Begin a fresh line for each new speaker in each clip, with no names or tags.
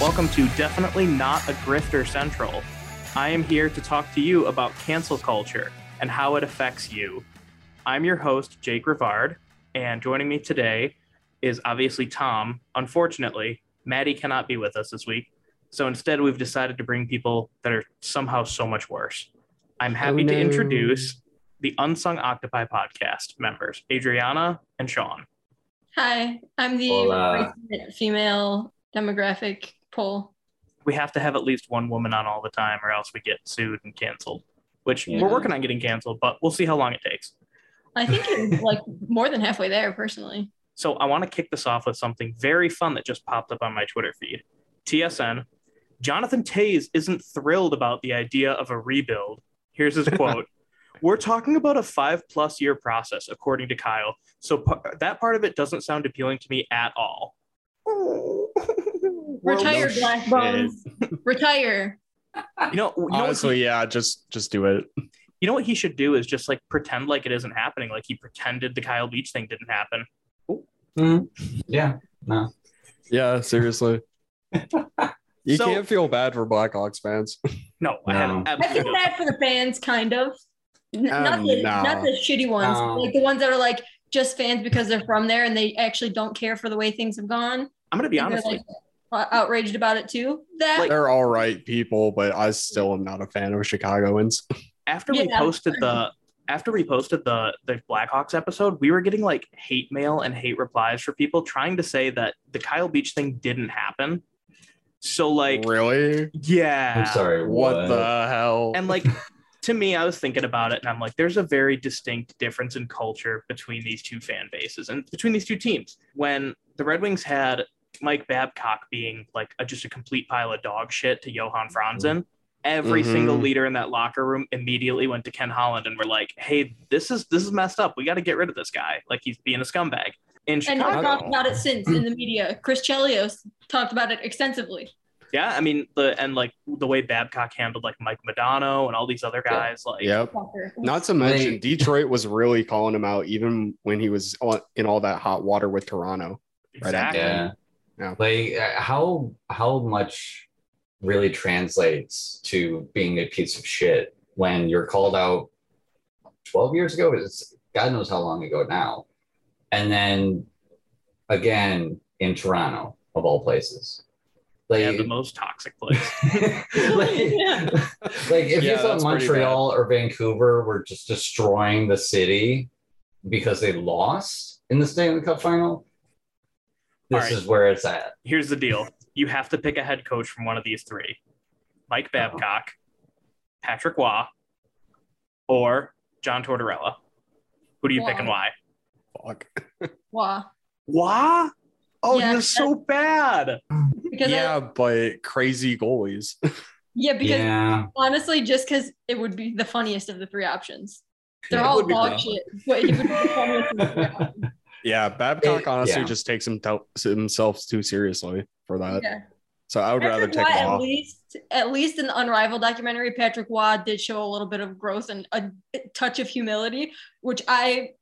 welcome to Definitely Not a Grifter Central. I am here to talk to you about cancel culture and how it affects you. I'm your host, Jake Rivard, and joining me today is obviously Tom. Unfortunately, Maddie cannot be with us this week, so instead we've decided to bring people that are somehow so much worse. I'm happy to
no.
introduce the Unsung Octopi podcast members, Adriana and Sean.
Hi, I'm the
Hola.
resident female demographic poll.
we have to have at least one woman on all the time or else we get sued and canceled which
Yeah.
we're working on getting canceled but we'll see how long it takes
I think you're like more than halfway there personally.
so i want to kick this off with something very fun that just popped up on my twitter feed tsn jonathan tays isn't thrilled about the idea of a rebuild here's his quote we're talking about a five plus year process according to kyle so pa- that part of it doesn't sound appealing to me at all
Retire
no
black
shit.
bones. Retire.
you know, you know what's
Honestly, yeah, just just do it.
you know what he should do is just like pretend like it isn't happening. Like he pretended the Kyle Beach thing didn't happen.
Yeah. No.
Yeah, seriously. you
So-
can't feel bad for Blackhawks fans.
No, I
No.
haven't.
I feel
Absolutely.
bad for the fans, kind of. N- not,
Um,
the,
no.
not the shitty ones,
No.
like the ones that are like just fans because they're from there and they actually don't care for the way things have gone.
I'm gonna be
And they're,
honest. Like,
like, uh, outraged about it too. That
They're all right people, but I still am not a fan of Chicagoans.
after we
Yeah.
posted the after we posted the the Blackhawks episode, we were getting like hate mail and hate replies for people trying to say that the Kyle Beach thing didn't happen. So like,
really?
yeah.
I'm sorry.
Uh, What, the hell?
And like to me, I was thinking about it and I'm like, there's a very distinct difference in culture between these two fan bases and between these two teams. When the Red Wings had Mike Babcock being like a, just a complete pile of dog shit to Johan Franzen, every
Mm-hmm.
Mhm.
single leader in that locker room immediately went to Ken Holland and were like, hey, this is this is messed up. We got to get rid of this guy. Like he's being a scumbag. In
and
Chicago,
we've talked about it since in the media. Chris Chelios talked about it extensively.
yeah, I mean the and like the way Babcock handled like Mike Madonna and all these other
Yeah.
guys, like
Yep.
Fucker.
Not to mention,
Like-
Detroit was really calling him out even when he was on- in all that hot water with Toronto. Right
exactly.
after.
Yeah.
Yeah.
Like uh, how how much really translates to being a piece of shit when you're called out 12 years ago it's god knows how long ago now and then again in toronto of all places like,
yeah, the most toxic place.
like,
Yeah.
like if
Yeah,
you thought
that's pretty
Montreal or Vancouver were just destroying the city because they lost in the Stanley Cup final, this
Alright.
is where it's at.
Here's the deal: you have to pick a head coach from one of these three: Mike Babcock, Patrick Waugh, or John Tortorella. Who do you pick and why?
Fuck.
Wah.
Wah? Oh,
Yeah.
he was so bad.
Because I-
Yeah, but crazy goalies.
Yeah, because
yeah,
honestly, just because it would be the funniest of the three options. They're
Yeah, it
all
would be
dog
fun.
shit, but it would be the funniest of the three options.
Eh, yeah, Babcock
It-
honestly
yeah.
just takes him himself too seriously for that.
Yeah.
So I would rather
Patrick
take
Waugh,
him
at
off.
least, at least in the Unrivaled documentary, Patrick Waugh did show a little bit of growth and a touch of humility, which I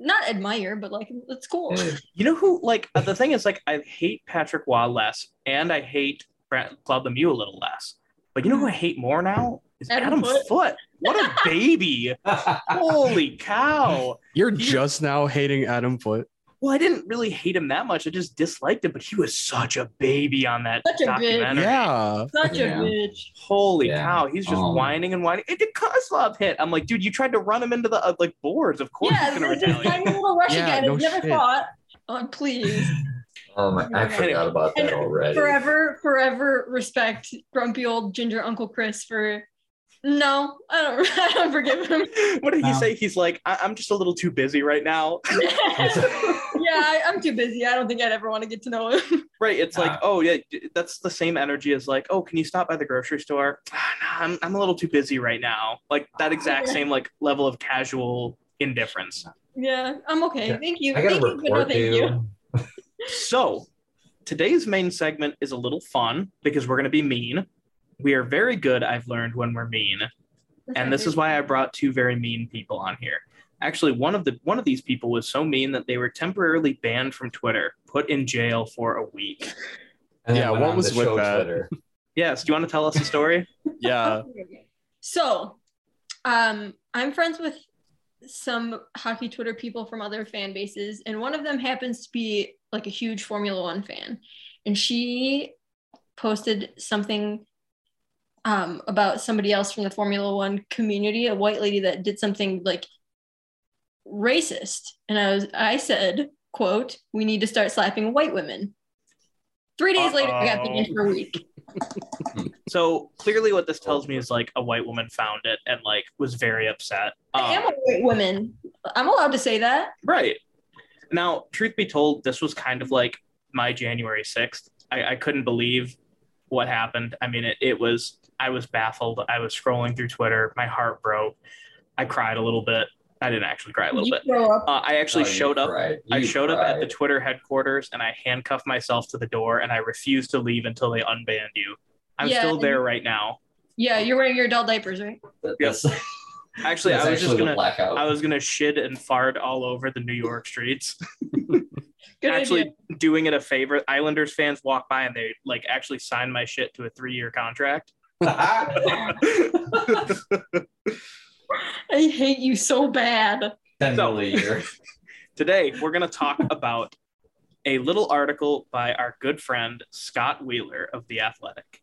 not admire, but like it's cool.
You know who? Like uh, the thing is, like I hate Patrick Waugh less, and I hate Brent Claude Lemieux a little less. But you know who I hate more now is Adam,
Adam
Foote.
Foote.
What a baby! Holy cow!
You're
He-
just now hating Adam Foote.
Well, I didn't really hate him that much. I just disliked him, but he was such a baby on that
Such a bitch.
documentary.
Yeah.
Such
Yeah.
a bitch.
Holy
Yeah.
cow, he's just
Um,
whining and whining. It did Kozlov hit. I'm like, dude, you tried to run him into the uh, like boards. Of course
Yeah,
he's gonna
this is
retaliate.
tiny little Russian
Yeah,
guy that
no
never
shit.
thought. Oh, please.
um, I forgot about that already.
forever, forever respect grumpy old ginger Uncle Chris for. No, I don't. I don't forgive him.
what did he
No.
say? He's like, I- I'm just a little too busy right now.
yeah, I, I'm too busy. I don't think I'd ever want to get to know him.
right? It's like,
Yeah.
oh yeah, d- that's the same energy as like, oh, can you stop by the grocery store? Ah, nah, I'm I'm a little too busy right now. Like that exact same like level of casual indifference.
yeah, I'm okay.
Yeah,
Thank you.
I gotta
Thank you, but no,
report
thank
you.
you.
So, today's main segment is a little fun because we're going to be mean. We are very good, I've learned, when we're mean. And this is why I brought two very mean people on here. Actually, one of the one of these people was so mean that they were temporarily banned from Twitter, put in jail for a week.
And then
Yeah,
went
what
on
was
the
with
show
that?
Twitter.
Yes. Do you want to tell us a story?
Yeah.
So, um, I'm friends with some hockey Twitter people from other fan bases, and one of them happens to be like a huge Formula One fan, and she posted something um, about somebody else from the Formula One community, a white lady that did something like racist, and I was I said, "quote We need to start slapping white women." Three days later, I got
Uh-oh.
banned for a week.
So clearly, what this tells me is like a white woman found it and like was very upset.
I am a white woman. I'm allowed to say that.
Right. Now, truth be told, this was kind of like my January 6th. I, I couldn't believe what happened. I mean, it, it was, I was baffled. I was scrolling through Twitter. My heart broke. I cried a little bit. I didn't actually cry a little
you
bit.
grow up.
Uh, I actually
Oh, you
showed up.
cried.
I
You
showed up at the
cried.
Twitter headquarters and I handcuffed myself to the door and I refused to leave until they unbanned you. I'm
Yeah,
still
and-
there right now.
Yeah, you're wearing your adult diapers, right?
That-
Yes.
That's,
Actually,
that's
I was just
actually the
gonna,
blackout.
I was gonna shit and fart all over the New York streets.
Good
actually
idea.
doing it a favor. Islanders fans walk by and they like actually sign my shit to a three year contract.
I hate you so bad.
Ten
So-
mil a year.
Today, we're going to talk about a little article by our good friend Scott Wheeler of The Athletic.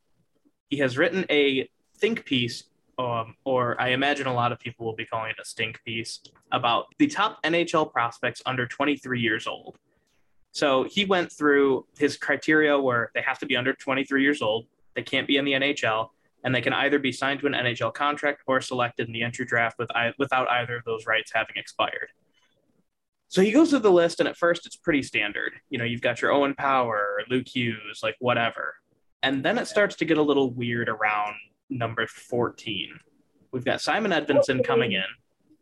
He has written a think piece, um, or I imagine a lot of people will be calling it a stink piece, about the top NHL prospects under 23 years old. So he went through his criteria where they have to be under 23 years old, they can't be in the NHL, and they can either be signed to an NHL contract or selected in the entry draft with, ei- without either of those rights having expired. So he goes through the list, and at first it's pretty standard. You know, you've got your Owen Power, Luke Hughes, like whatever. And then it starts to get a little weird around number 14. We've got Simon Edvinson coming in.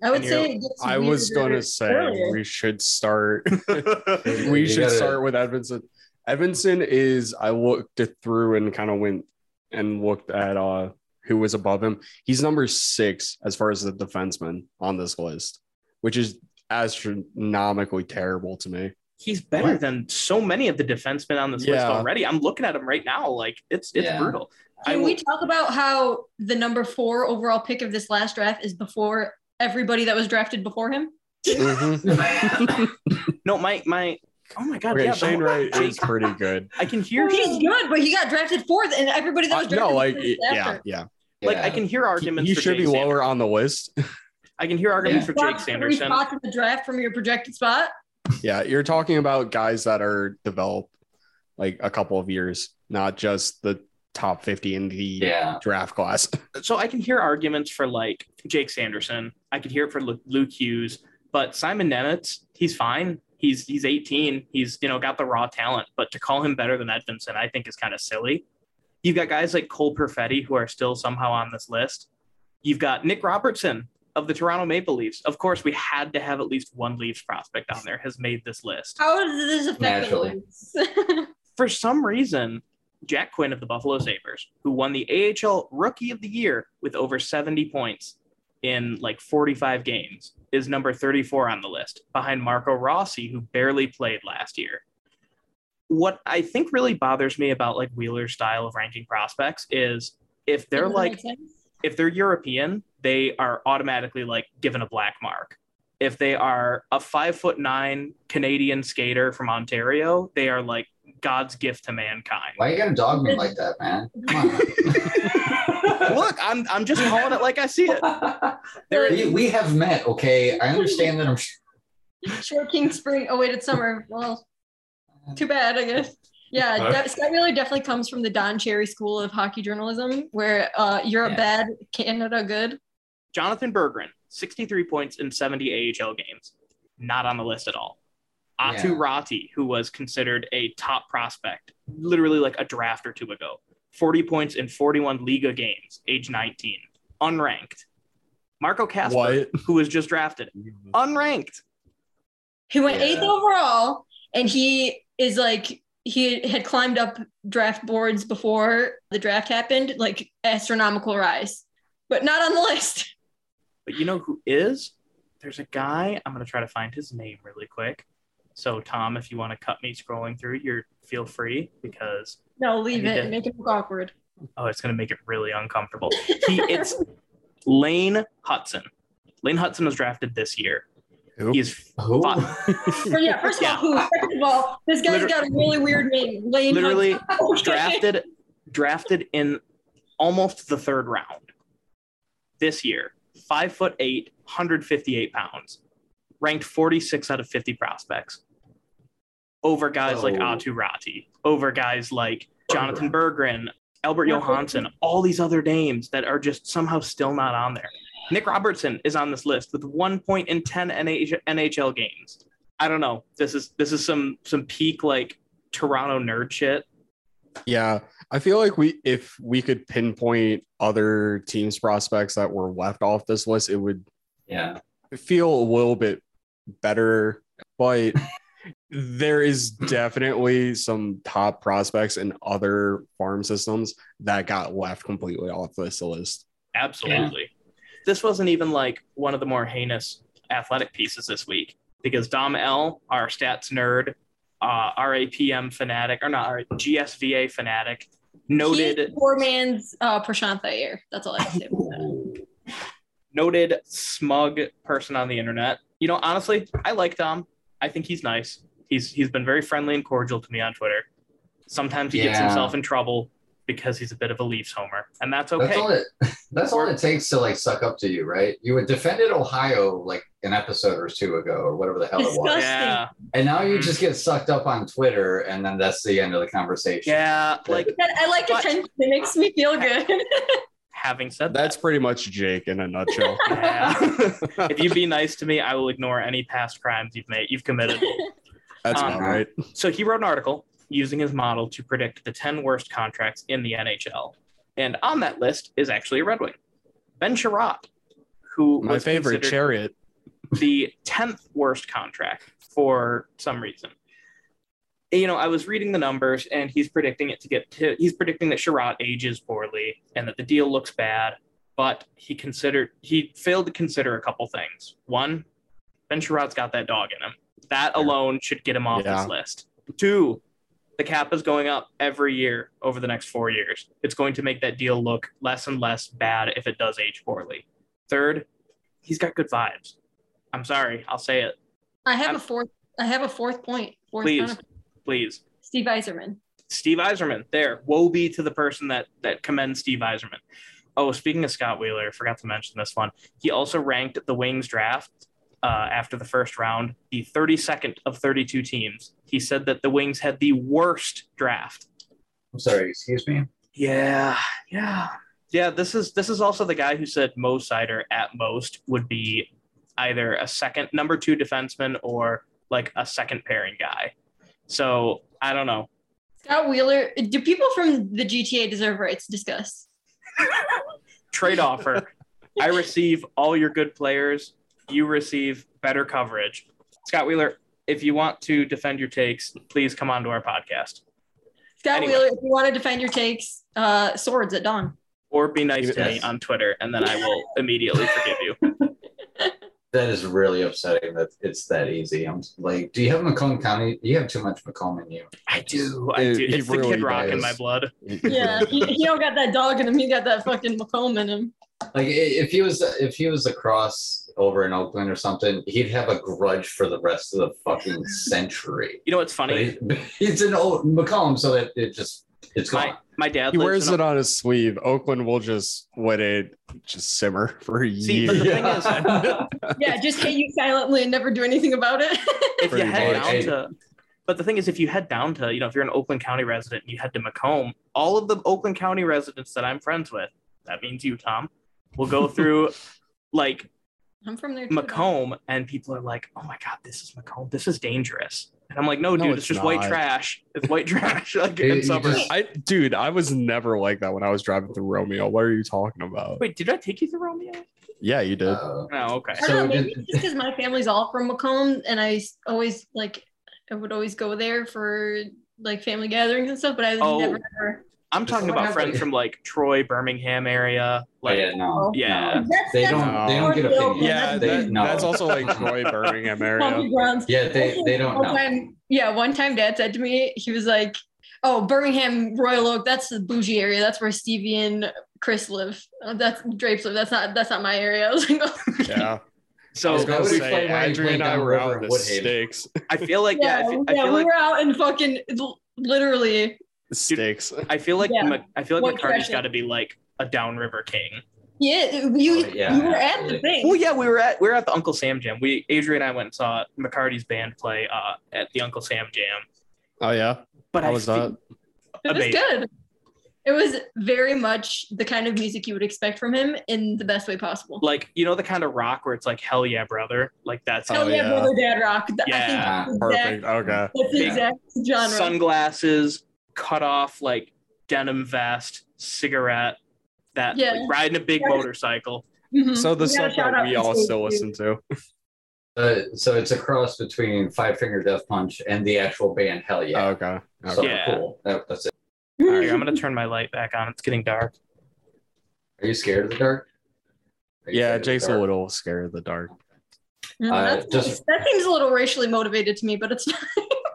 I would
And
say it gets
I was
weirder
gonna say
earlier.
we should start.
You
we should
gotta-
start with Edvinson. Edvinson is I looked it through and kind of went and looked at uh who was above him. He's number six as far as the defenseman on this list, which is astronomically terrible to me.
He's better than so many of the defensemen on this list
Yeah.
already. I'm looking at him right now. Like, it's it's
Yeah.
brutal. I
Can
will-
we talk about how the number four overall pick of this last draft is before everybody that was drafted before him?
Mm-hmm.
No, my, my, oh my God.
Okay,
yeah, the-
Shane Wright
Jake,
is pretty good.
I can hear,
He's good, but he got drafted fourth, and everybody that
Uh,
was drafted
no, like
before
it-
him was
yeah,
after.
yeah.
like,
Yeah.
I can hear arguments
He
for
should
Jake
be
Sanderson.
lower on the list.
I can hear arguments for
Yeah.
Jake
Top three
Sanderson.
spots in the draft from your projected spot.
Yeah, you're talking about guys that are developed like a couple of years, not just the top 50 in the
yeah.
draft class.
so I can hear arguments for like Jake Sanderson. I could hear it for Lu- Luke Hughes, but Simon Nemitz, he's fine. He's he's 18. He's you know got the raw talent, but to call him better than Edvinson, I think is kind of silly. You've got guys like Cole Perfetti who are still somehow on this list. You've got Nick Robertson of the Toronto Maple Leafs. Of course, we had to have at least one Leafs prospect on there has made this list.
How does this affect the
Naturally.
Leafs?
For some reason, Jack Quinn of the Buffalo Sabres, who won the AHL Rookie of the Year with over 70 points in like 45 games, is number 34 on the list behind Marco Rossi, who barely played last year. What I think really bothers me about like Wheeler's style of ranking prospects is if they're
Doesn't
like
make sense.
if they're European, they are automatically like given a black mark. If they are a five foot nine Canadian skater from Ontario, they are like God's gift to mankind.
Why you gotta dog me like that, man? Come
Look, I'm I'm just calling it like I see it.
on.
There is,
we, we have met, okay? I understand that I'm
Short King Spring. Oh wait, it's summer. Well, too bad, I guess. Yeah,
Huh?
de- Scott Miller definitely comes from the Don Cherry School of Hockey Journalism, where uh, Europe
Yeah.
bad, Canada good.
Jonathan Berggren, 63 points in 70 AHL games, not on the list at all. Atu
Yeah.
Rati, who was considered a top prospect literally like a draft or two ago, 40 points in 41 Liga games, age 19, unranked. Marco Casper,
What?
who was just drafted, unranked.
He went
Yeah.
eighth overall, and he is like he had climbed up draft boards before the draft happened, like astronomical rise, but not on the list.
But you know who is? There's a guy, I'm going to try to find his name really quick. So Tom, if you want to cut me scrolling through, you're feel free because
No, leave
You
it.
did.
Make it look awkward.
oh, it's gonna make it really uncomfortable. He, it's Lane Hudson. Lane Hudson was drafted this year.
Who?
He's
Who?
fi-
But yeah, first of all, who? Second of all, this guy's
Liter-
got a really weird name. Lane.
Literally
Hudson. Okay.
drafted drafted in almost the third round this year. Five foot eight, 158 pounds, ranked 46 out of 50 prospects. Over guys like
Oh.
Atu Rati, over guys like Jonathan Berggren, Albert
Yeah.
Johansson, all these other names that are just somehow still not on there. Nick Robertson is on this list with one point in 10 NH- NHL games. I don't know. This is this is some some peak like Toronto nerd shit.
Yeah, I feel like we if we could pinpoint other teams prospects that were left off this list, it would
Yeah.
feel a little bit better, but there is definitely some top prospects in other farm systems that got left completely off this list.
Absolutely. This wasn't even like one of the more heinous athletic pieces this week because Dom L, our stats nerd, uh, RAPM fanatic, or not, our GSVA fanatic,
He's
noted
poor man's uh, Prashant Iyer. That's all I have to say. about that.
noted smug person on the internet. You know, honestly, I like Dom. I think he's nice. He's he's been very friendly and cordial to me on Twitter. Sometimes he gets
Yeah.
himself in trouble because he's a bit of a Leafs homer, and that's okay.
That's all it. That's all it takes to like suck up to you, right? You had defended Ohio like an episode or two ago, or whatever the hell it was,
Disgusting.
yeah,
and now you just get sucked up on Twitter, and then that's the end of the conversation.
yeah. Like
But I like
But-
attention. It makes me feel good.
having said that,
That's pretty much Jake in a nutshell.
Yeah. if you be nice to me, I will ignore any past crimes you've made, you've committed.
That's
Um,
about right.
so he wrote an article using his model to predict the 10 worst contracts in the NHL. And on that list is actually a Red Wing. Ben Sherratt, who
My
was
favorite
considered
chariot.
the 10th worst contract for some reason. You know, I was reading the numbers and he's predicting it to get to, he's predicting that Sherrod ages poorly and that the deal looks bad, but he considered, he failed to consider a couple things. One, Ben Sherrod's got that dog in him. That alone should get him off
Yeah.
this list. Two, the cap is going up every year over the next four years. It's going to make that deal look less and less bad if it does age poorly. Third, he's got good vibes. I'm sorry, I'll say it.
I have
I'm-
a fourth. I have a fourth point. Fourth
Please.
point.
Please.
Steve Eiserman.
Steve Eiserman, there. Woe be to the person that that commends Steve Eiserman. Oh, speaking of Scott Wheeler, forgot to mention this one. He also ranked the Wings draft uh, after the first round, the 32nd of 32 teams. He said that the Wings had the worst draft
I'm sorry. Excuse me.
Yeah, yeah, yeah. This is this is also the guy who said Mo Sider at most would be either a second number two defenseman or like a second pairing guy. So I don't know.
Scott Wheeler. Do people from the GTA deserve rights to discuss?
Trade offer. I receive all your good players. You receive better coverage. Scott Wheeler, if you want to defend your takes, please come on to our podcast
Scott
Anyway.
Wheeler, if you want to defend your takes, uh, swords at dawn.
or be nice to me
Yes.
on Twitter, and then I will immediately forgive you.
That is really upsetting that it's that easy. I'm like, do you have Macomb County? You have too much Macomb in you.
I do. I do.
Dude, he
It's the
really
Kid Rock in
does.
my blood.
Yeah, he, he don't got that dog in him. He got that fucking Macomb in him.
Like i- if he was if he was across over in Oakland or something, he'd have a grudge for the rest of the fucking century.
You know what's funny?
But he- but it's an old Macomb, so that it just it's
my
gone.
my dad
He
lives
wears
in
it on his sleeve. Oakland will just let it just simmer for a
See,
year.
but the thing
Yeah.
is,
Uh,
Yeah, just hate you silently and never do anything about it.
if you
Pretty
head
much.
down to but the thing is if you head down to you know if you're an Oakland County resident and you head to Macomb, all of the Oakland County residents that I'm friends with, that means you, Tom, will go through like
I'm from there. too.
Macomb and people are like, Oh my god, this is Macomb, this is dangerous. And I'm like, no,
No,
dude, it's,
it's
just white
not."
trash. It's white trash. Like
You-
in
you
suburbs.
just-
I dude, I was never like that when I was driving through Romeo. What are you talking about?
Wait, did I take you to Romeo?
Yeah, you did.
Uh,
No, okay.
I don't
So
know, maybe
did-
it's just because my family's all from Macomb, and I s- always like I would always go there for like family gatherings and stuff, but I was
Oh.
never ever
I'm talking
Someone
about
has,
friends
like-
from like Troy, Birmingham area. Like,
yeah, no,
Yeah.
no. They don't. They don't get opinions.
Yeah,
they,
that-
no.
that's also like Troy Birmingham area.
Funky grounds.
Yeah, they, they don't
One
know.
time, yeah, one time dad said to me, he was like, Oh, Birmingham, Royal Oak, that's the bougie area. That's where Stevie and Chris live. Uh, That's Drapes live. That's not that's not my area. I was like, "Oh."
Yeah, I
so
was gonna
That would
say
explain why you
Adrian and
played
I
down
were
over
out
in
in the
Woodhaven.
sticks,
I feel like yeah, I
yeah,
fe- I
yeah,
feel
we
like
were out in fucking l- literally.
sticks.
I feel like
Yeah.
Mc- I feel
What
like McCarty's
direction?
got to be like a downriver king.
Yeah, you
Oh, yeah,
you were at
absolutely.
the thing.
Well, yeah, we were at we were at the Uncle Sam Jam. We Adrian and I went and saw McCarty's band play uh, at the Uncle Sam Jam.
Oh yeah,
But
how
I
was
fe-
that?
It was
Amazing.
good. It was very much the kind of music you would expect from him in the best way possible.
like you know the kind of rock where it's like hell yeah brother like that's
Oh,
Hell yeah,
yeah.
brother, dad rock. Th-
Yeah,
I think that's the exact,
Perfect. Okay.
that's the
Big
exact genre.
sunglasses cut off like denim vest cigarette that like,
Yeah.
riding a big
Yeah.
motorcycle
Mhm.
So the
We gotta
stuff
shout
that
out
we
to
all
Stacey.
still listen to.
Uh, so it's a cross between Five Finger Death Punch and the actual band Hell Yeah.
Oh, Okay.
So
okay.
Yeah.
cool. That, that's it.
all right i'm gonna turn my light back on it's getting dark
Are you scared of the dark? Are you
Yeah,
afraid of the
Jake's a
dark?
little scared of the dark.
Mm,
Uh,
that's-
just-
that seems a little racially motivated to me, but it's not.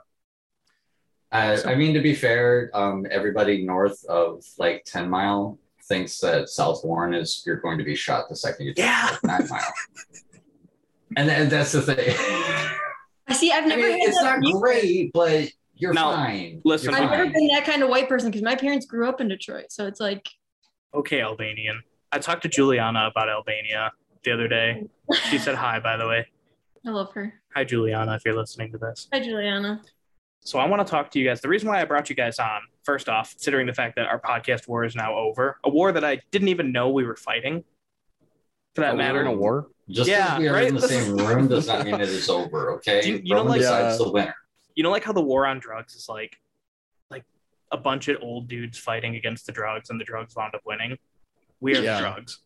I, I mean, to be fair, um, everybody north of like 10 Mile thinks that South Warren is you're going to be shot the second you
Yeah.
touch Nine Mile. And, and that's the thing. I
I see. I've
mean,
never. had
it's
that-
not great, but you're
No,
fine.
listen,
You're
I've never
fine.
been that kind of white person because my parents grew up in Detroit, so it's like
okay albanian i talked to juliana about albania the other day she said hi by the way
I love her.
hi juliana if you're listening to this
Hi, Juliana.
So I want to talk to you guys. The reason why I brought you guys on, first off, considering the fact that our podcast war is now over, a war that I didn't even know we were fighting. For that
Oh,
We're in
matter,
a war.
Just
Yeah,
because we are
right?
in the same room does not mean it is over, okay?
You- you don't
Roman
like-
decides
Yeah.
the winner.
you know, like how the war on drugs is like, like a bunch of old dudes fighting against the drugs, and the drugs wound up winning. We are
Yeah.
the drugs.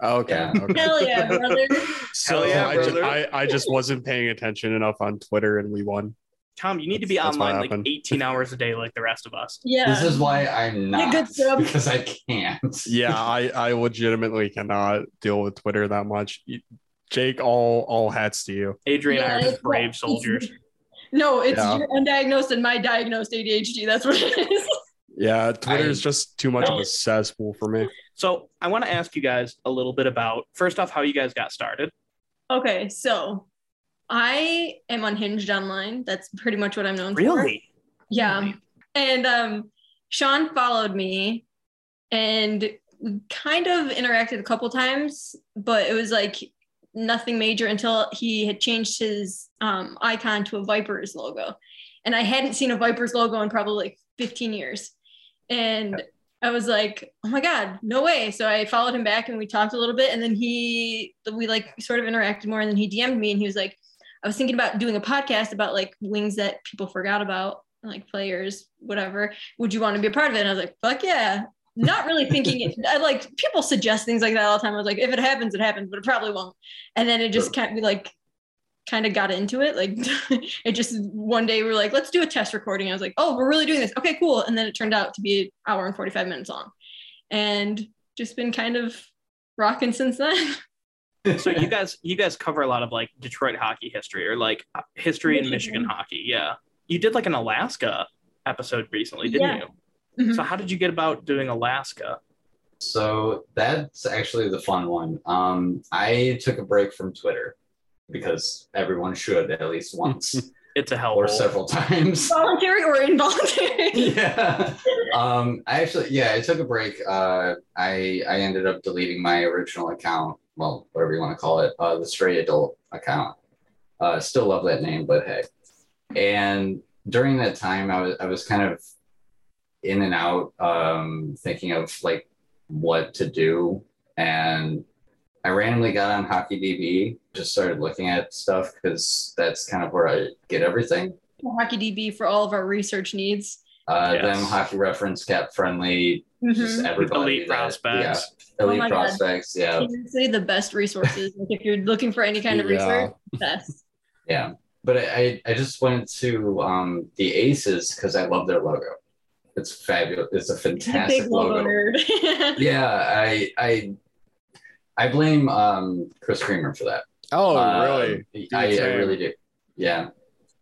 Oh, Okay.
Yeah.
okay.
Hell yeah, brother.
So
Hell yeah,
I, just,
brother.
I, I just wasn't paying attention enough on Twitter and we won.
Tom, you need to be
That's- that's what
online like
happened.
18 hours a day, like the rest of us.
Yeah.
This is why I'm
Yeah,
not.
good job.
Because I can't.
Yeah, I, I legitimately cannot deal with Twitter that much. Jake, all all hats to you.
Adrian
Yeah,
and I are
it's-
just brave
it's-
soldiers.
no, it's
Yeah.
your undiagnosed and my diagnosed ADHD. That's what it is.
Yeah, Twitter is
I-
just too much of
No.
a cesspool for me.
So I want to ask you guys a little bit about, first off, how you guys got started.
Okay, so I am unhinged online. That's pretty much what I'm known for.
Really?
Yeah. And um, Sean followed me and we kind of interacted a couple times, but it was like nothing major until he had changed his um, icon to a Vipers logo. And I hadn't seen a Vipers logo in probably like 15 years. And I was like, oh my God, no way. So I followed him back and we talked a little bit. And then he, we like sort of interacted more. And then he DM'd me and he was like, I was thinking about doing a podcast about like wings that people forgot about, like players, whatever. Would you want to be a part of it? And I was like, fuck yeah. Not really thinking it. I like people suggest things like that all the time. I was like, if it happens, it happens, but it probably won't. And then it just kind of like, kind of got into it. Like it just one day we we're like, let's do a test recording. I was like, oh, we're really doing this. Okay, cool. And then it turned out to be an hour and 45 minutes long and just been kind of rocking since then.
so you guys you guys cover a lot of like detroit hockey history or like history in michigan
Michigan.
hockey yeah you did like an alaska episode recently didn't
Yeah.
you
Mhm.
so how did you get about doing alaska
So that's actually the fun one. Um, I took a break from Twitter because everyone should at least once
it's a
or
hellhole
several times.
Voluntary or involuntary?
yeah. Um, I actually, yeah, I took a break. Uh, I I ended up deleting my original account, well, whatever you want to call it, uh, the Stray Adult account. Uh, still love that name, but hey. And during that time, I was I was kind of in and out, um, thinking of like what to do, and I randomly got on HockeyDB, just started looking at stuff because that's kind of where I get everything.
HockeyDB for all of our research needs.
Uh,
Yes.
Them hockey reference, cap friendly, just everybody.
elite
that-
prospects
Yeah,
Mm-hmm. Oh
elite
my God.
prospects. Yeah,
Seriously, the best resources. like if you're looking for any kind of
Yeah.
research, best.
yeah. But I, I I just went to um, the Aces because I love their logo. It's fabulous. It's a
The
fantastic
big logo
logo.
nerd.
Yeah, I I I blame um Chris Creamer for that.
Oh,
Um,
really?
I, I
Same.
really do. Yeah.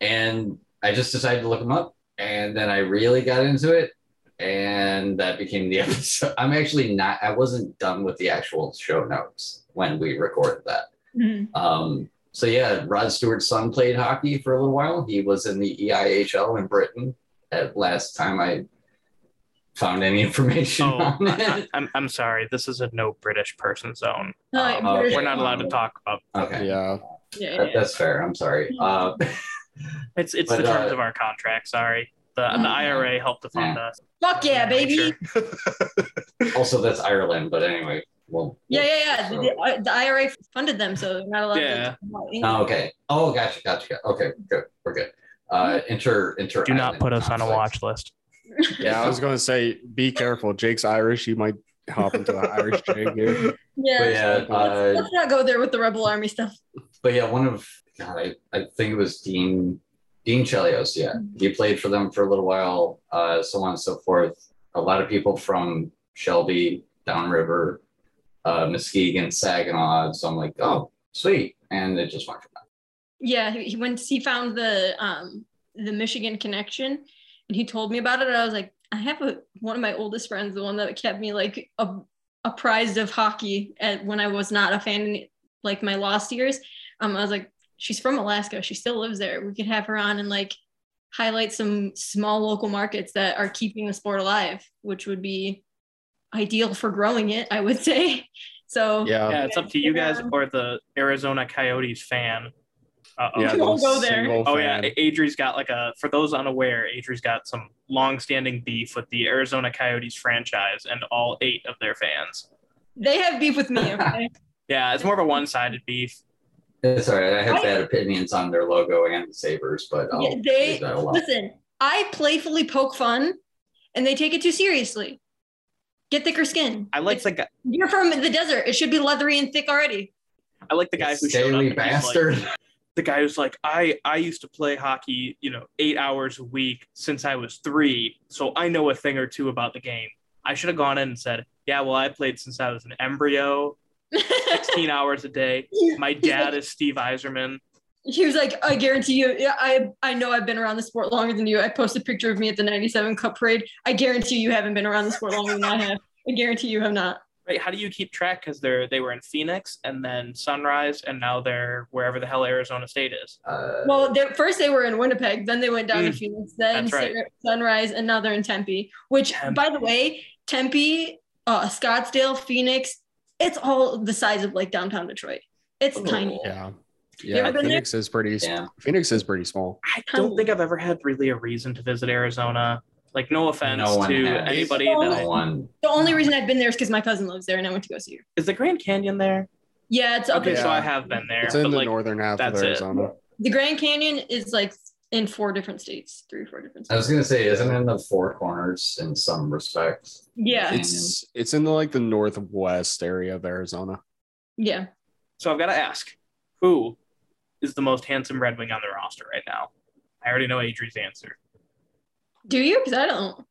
And I just decided to look him up and then I really got into it. And that became the episode. I'm actually not, I wasn't done with the actual show notes when we recorded that.
Mhm.
Um, so yeah, Rod Stewart's son played hockey for a little while. He was in the E EIHL in Britain at last time I found any information
Oh,
on
I,
it.
am I'm sorry. This is a no British person zone.
No, it-
Oh, okay.
We're not allowed to talk about.
Okay.
Yeah.
Yeah, yeah,
That- that's fair. I'm sorry. Uh,
It's it's the
But, uh,
terms of our contract. Sorry, the the IRA helped to fund us.
yeah. Mm. Fuck yeah, baby.
Sure.
also, that's Ireland, but anyway, well,
Yeah, yeah, yeah. The- The, uh, the IRA funded them, so they're not allowed
Yeah.
to talk about England.
Oh, okay. Oh, gotcha, gotcha. gotcha. Okay, good. We're good. Uh,
Mm-hmm.
inter, inter.
Do not put us on a watch list.
Yeah, I was gonna say, be careful. Jake's Irish. You might hop into an Irish Jake here.
Yeah.
But yeah,
let's,
uh,
let's not go there with the rebel army stuff.
but yeah, one of God, I, I think it was Dean Dean Chelios. Yeah,
Mm-hmm.
he played for them for a little while. Uh, so on and so forth. A lot of people from Shelby, Downriver, uh, Muskegon, Saginaw. So I'm like, oh, sweet, and it just went from there.
Yeah, he, he went. He found the um the Michigan connection, and he told me about it. And I was like, I have a one of my oldest friends, the one that kept me like a, apprised of hockey at when I was not a fan, in like my lost years. Um, I was like, she's from Alaska. She still lives there. We could have her on and like highlight some small local markets that are keeping the sport alive, which would be ideal for growing it. I would say. So
Yeah.
Um,
Yeah, it's up to you guys or the Arizona Coyotes fan. Uh-oh.
Yeah.
We won't
the
go there.
single
Oh yeah,
fan.
Adri's got like a. For those unaware, Adri's got some long-standing beef with the Arizona Coyotes franchise and all eight of their fans.
they have beef with me. Okay.
Yeah, it's more of a one-sided beef.
It's all right. Uh, I have
I-
bad opinions on their logo and the Sabers, but um, I'll
Yeah, they-
leave that alone.
Listen, I playfully poke fun and they take it too seriously. Get thicker skin.
I like
It's-
the guy.
You're from the desert. It should be leathery and thick already.
I like the guy who showed up. and
Scaly
he's like-
bastard.
the guy who's like, I I used to play hockey, you know, eight hours a week since I was three, so I know a thing or two about the game. I should have gone in and said, Yeah, well, I played since I was an embryo, 16 hours a day. My dad is Steve Eiserman.
He was like, I guarantee you, yeah, I I know I've been around the sport longer than you. I posted a picture of me at the 97 Cup Parade. I guarantee you haven't been around the sport longer than I have. I guarantee you have not.
Right? How do you keep track? Because they're they were in Phoenix and then Sunrise, and now they're wherever the hell Arizona State is.
Uh,
Well, they first they were in Winnipeg, then they went down to
Mm,
Phoenix, then
that's right.
Sun- Sunrise, and now they're in Tempe. Which,
Tempe.
by the way, Tempe, uh, Scottsdale, Phoenix, it's all the size of like downtown Detroit. It's
Oh,
Ooh.
tiny.
Yeah.
ever
Yeah.
been there?
Phoenix is pretty.
Yeah.
Phoenix is pretty small.
I don't think I've ever had really a reason to visit Arizona. Like, no offense
No one
to
has.
anybody
No
that
no one.
The only reason I've been there is because my cousin lives there, and I went to go see her.
is the Grand Canyon there.
Yeah, it's up
Okay,
there.
so I have been there.
It's in
but
the
like,
northern half of
that's it.
Arizona.
The Grand Canyon is like in four different states, three or four different
I
states.
was gonna say, isn't it in the four corners in some respects?
Yeah,
It's it's in the like the northwest area of Arizona.
yeah.
So I've got to ask, who is the most handsome Red Wing on the roster right now? I already know Adri's answer.
Do you? Because I don't.
I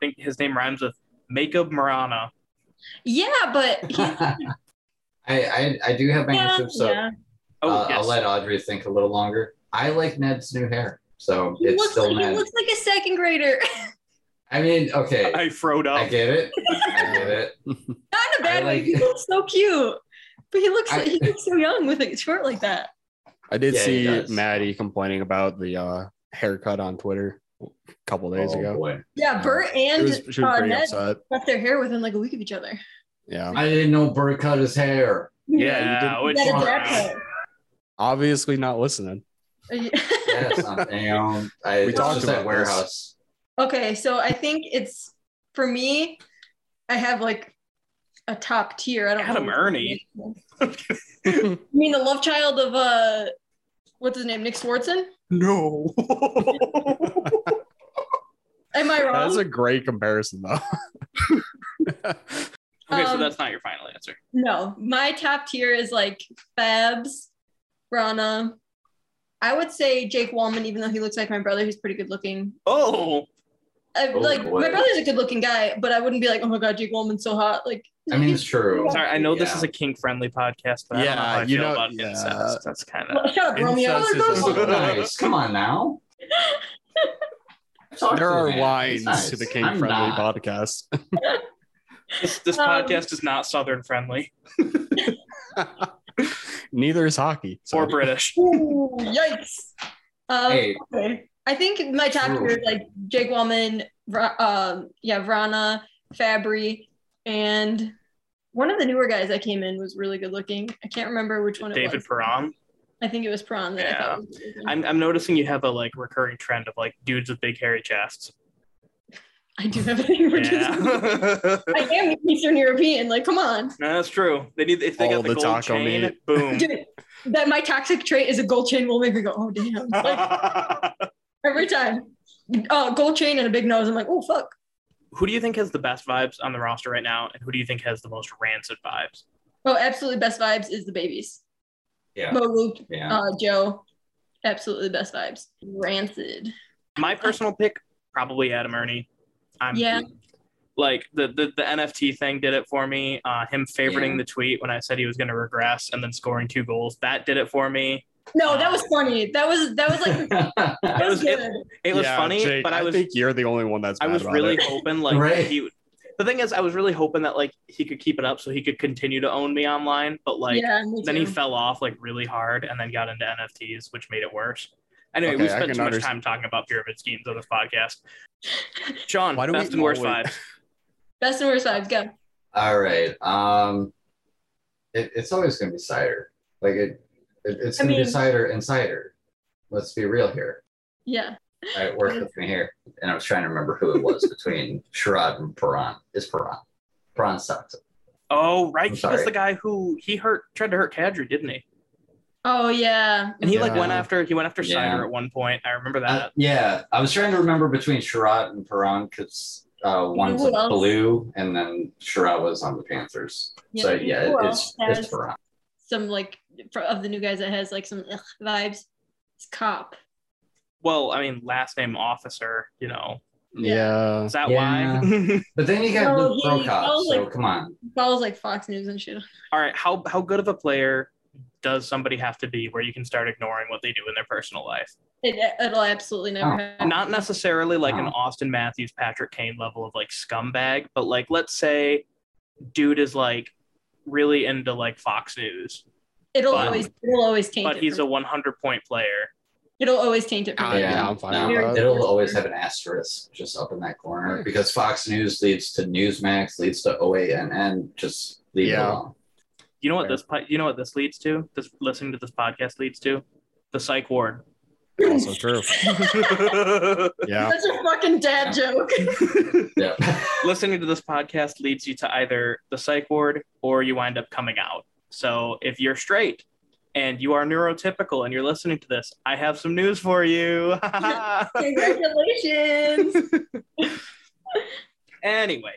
think his name rhymes with Makeup Marana.
Yeah, but he's,
I, I I do have my
yeah,
answer, so
yeah.
Oh,
uh,
yes.
I'll let Audrey think a little longer. I like Ned's new hair, so
He
it's
looks
still
like he
Ned.
looks like a second grader.
I mean, okay, I,
I froed up.
get it, I get it.
Not in a bad
I
way.
like-
He looks so cute, but he looks
I-
he looks so young with a short like that.
I did
Yeah, he
see
does.
Maddie complaining about the uh, haircut on Twitter a couple days
Oh,
ago.
boy.
Yeah, Bert and
She was, she was
uh,
pretty
Ned
upset.
cut their hair within like a week of each other.
Yeah.
I didn't know Bert cut his hair.
yeah,
you
which
He had a
one?
drag cut.
Obviously not listening.
Yes, I'm down. I,
We
it's
talked
just
about
that
this.
warehouse.
okay, so I think it's for me. I have like a top tier. I don't
Adam
know.
Ernie.
I mean, the love child of uh, what's his name, Nick Swartzen?
No.
Am I wrong?
That's a great comparison though.
Okay, so
Um,
that's not your final answer.
No, my top tier is like Fabs, Rana. I would say Jake Wallman, even though he looks like my brother, he's pretty good looking.
Oh,
I,
Oh,
Uh, like
boy.
my brother's a good-looking guy, but I wouldn't be like, oh my god, Jake Woolman's so hot. Like,
I mean, it's true.
Sorry, I know this
Yeah.
is a kink friendly podcast, but I don't know how
Yeah,
I
you
feel
know-
about
yeah.
incest. That's kind of
uh,
well, shut up, Romeo.
Incest
There's
is
no-
Oh, nice. Come on now. Talk
There
to
are
the man.
lines
It's nice.
to the King
I'm
Friendly
not.
podcast.
this, this
Um,
podcast is not southern friendly
Neither is hockey.
or
sorry.
British.
Ooh, yikes. Um,
Hey.
okay. I think my top
Ooh.
three is like Jake Wellman, Ra- um, yeah, Vrana, Fabry, and one of the newer guys that came in was really good looking. I can't remember which one it
David
was.
Perron.
I think it was Prawn. That I
Yeah.
thought was good looking.
I'm, I'm noticing you have a like recurring trend of like dudes with big hairy chests.
I do have a thing for
Yeah,
yeah. I am Eastern European. Like, come on.
No, that's true. They need if they
All
got the,
the
gold
taco
chain.
meat.
Boom.
Dude, that my toxic trait is a gold chain will make me go, oh damn. Like, every time. Uh, gold chain and a big nose. I'm like, oh fuck.
who do you think has the best vibes on the roster right now, and who do you think has the most rancid vibes?
Oh, absolutely best vibes is the babies.
Yeah.
Mo Luke,
Yeah.
Uh, Joe, absolutely the best vibes. Rancid.
My personal pick, probably Adam Ernie. I'm
Yeah.
like the, the the NFT thing did it for me. Uh, him favoriting
Yeah.
the tweet when I said he was going to regress and then scoring two goals that did it for me.
No, that was funny. That was that was like that was
It was-
good.
It was
Yeah,
funny,
Jake,
but I was
I think you're the only one that's.
I
mad
was
about
really
it.
hoping like
Right.
he would. The thing is, I was really hoping that like he could keep it up so he could continue to own me online, but like
yeah, me
then he
too.
fell off like really hard and then got into NFTs, which made it worse. Anyway,
Okay,
we
I
spent
can
too much
underst-
time talking about pyramid schemes on this podcast. Sean,
Why don't we
best and worst
always-
vibes.
best and worst vibes. Go.
All right. Um, it, it's always going to be cider. Like it, it it's
I
going to be
mean-
cider and cider. Let's be real here.
Yeah.
I worked with me here, and I was trying to remember who it was between Sherrod and Perron. It's Perron. Perron sucked.
Oh, right,
I'm
he was
sorry.
the guy who he hurt tried to hurt Kadri, didn't he?
Oh yeah.
And he like
Yeah.
went after he went after
Yeah.
Cider at one point. I remember
Uh,
that.
yeah, I was trying to remember between Sherrod and Perron because uh, one's
Who else?
blue, and then Sherrod was on the Panthers.
Yeah,
So yeah,
who
it,
else
it's it's
has-
Perron.
Some like for, of the new guys that has like some ugh, vibes. It's cop.
Well, I mean, last name officer, you know.
Yeah.
Is that
Yeah.
why?
But then you got
No,
Luke
he-
Prokop.
oh,
So
like-
come on.
Follows like Fox News and shit.
All right, how how good of a player does somebody have to be where you can start ignoring what they do in their personal life?
It, it'll absolutely never
Oh.
happen.
not necessarily like an
Wow.
Austin Matthews, Patrick Kane level of like scumbag, but like let's say dude is like really into like Fox News,
It'll
Wow.
always it'll always taint
but
it.
he's
for-
a 100 point player.
it'll always taint it. For
Ah,
me.
yeah.
Yeah,
I'm fine
no,
with that.
it'll always have an asterisk just up in that
Hmm.
corner because Fox News leads to Newsmax, leads to OANN. Just leave
Yeah.
it alone.
You know what
Fair.
this po- you know what this leads to? This listening to this podcast leads to the psych ward.
Also true. Yeah.
That's a fucking dad joke.
Yeah.
listening to this podcast leads you to either the psych ward or you wind up coming out. So if you're straight and you are neurotypical and you're listening to this, I have some news for you.
Congratulations.
Anyway,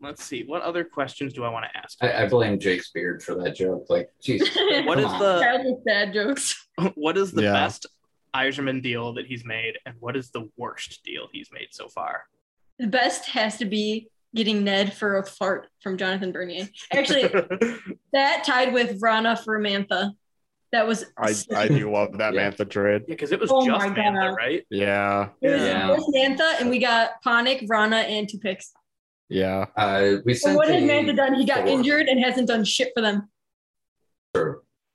let's see. What other questions do I want to ask?
I, I blame Jake's beard for that joke. Like, Jesus.
What
come
is
on.
the
Childless dad jokes.
what is the
Yeah.
best Eiserman deal that he's made, and what is the worst deal he's made so far?
The best has to be getting Ned for a fart from Jonathan Bernier. Actually, that tied with Rana for Mantha. That was
I, I do love that
Yeah.
Mantha trade.
Yeah, because it was
Oh
just
my
Mantha,
God.
right?
Yeah.
it was
Yeah.
it was Mantha, and we got Ponic, Rana, and two picks.
Yeah.
Uh, we
And
sent
what has
a-
Mantha done? He got
four.
injured and hasn't done shit for them.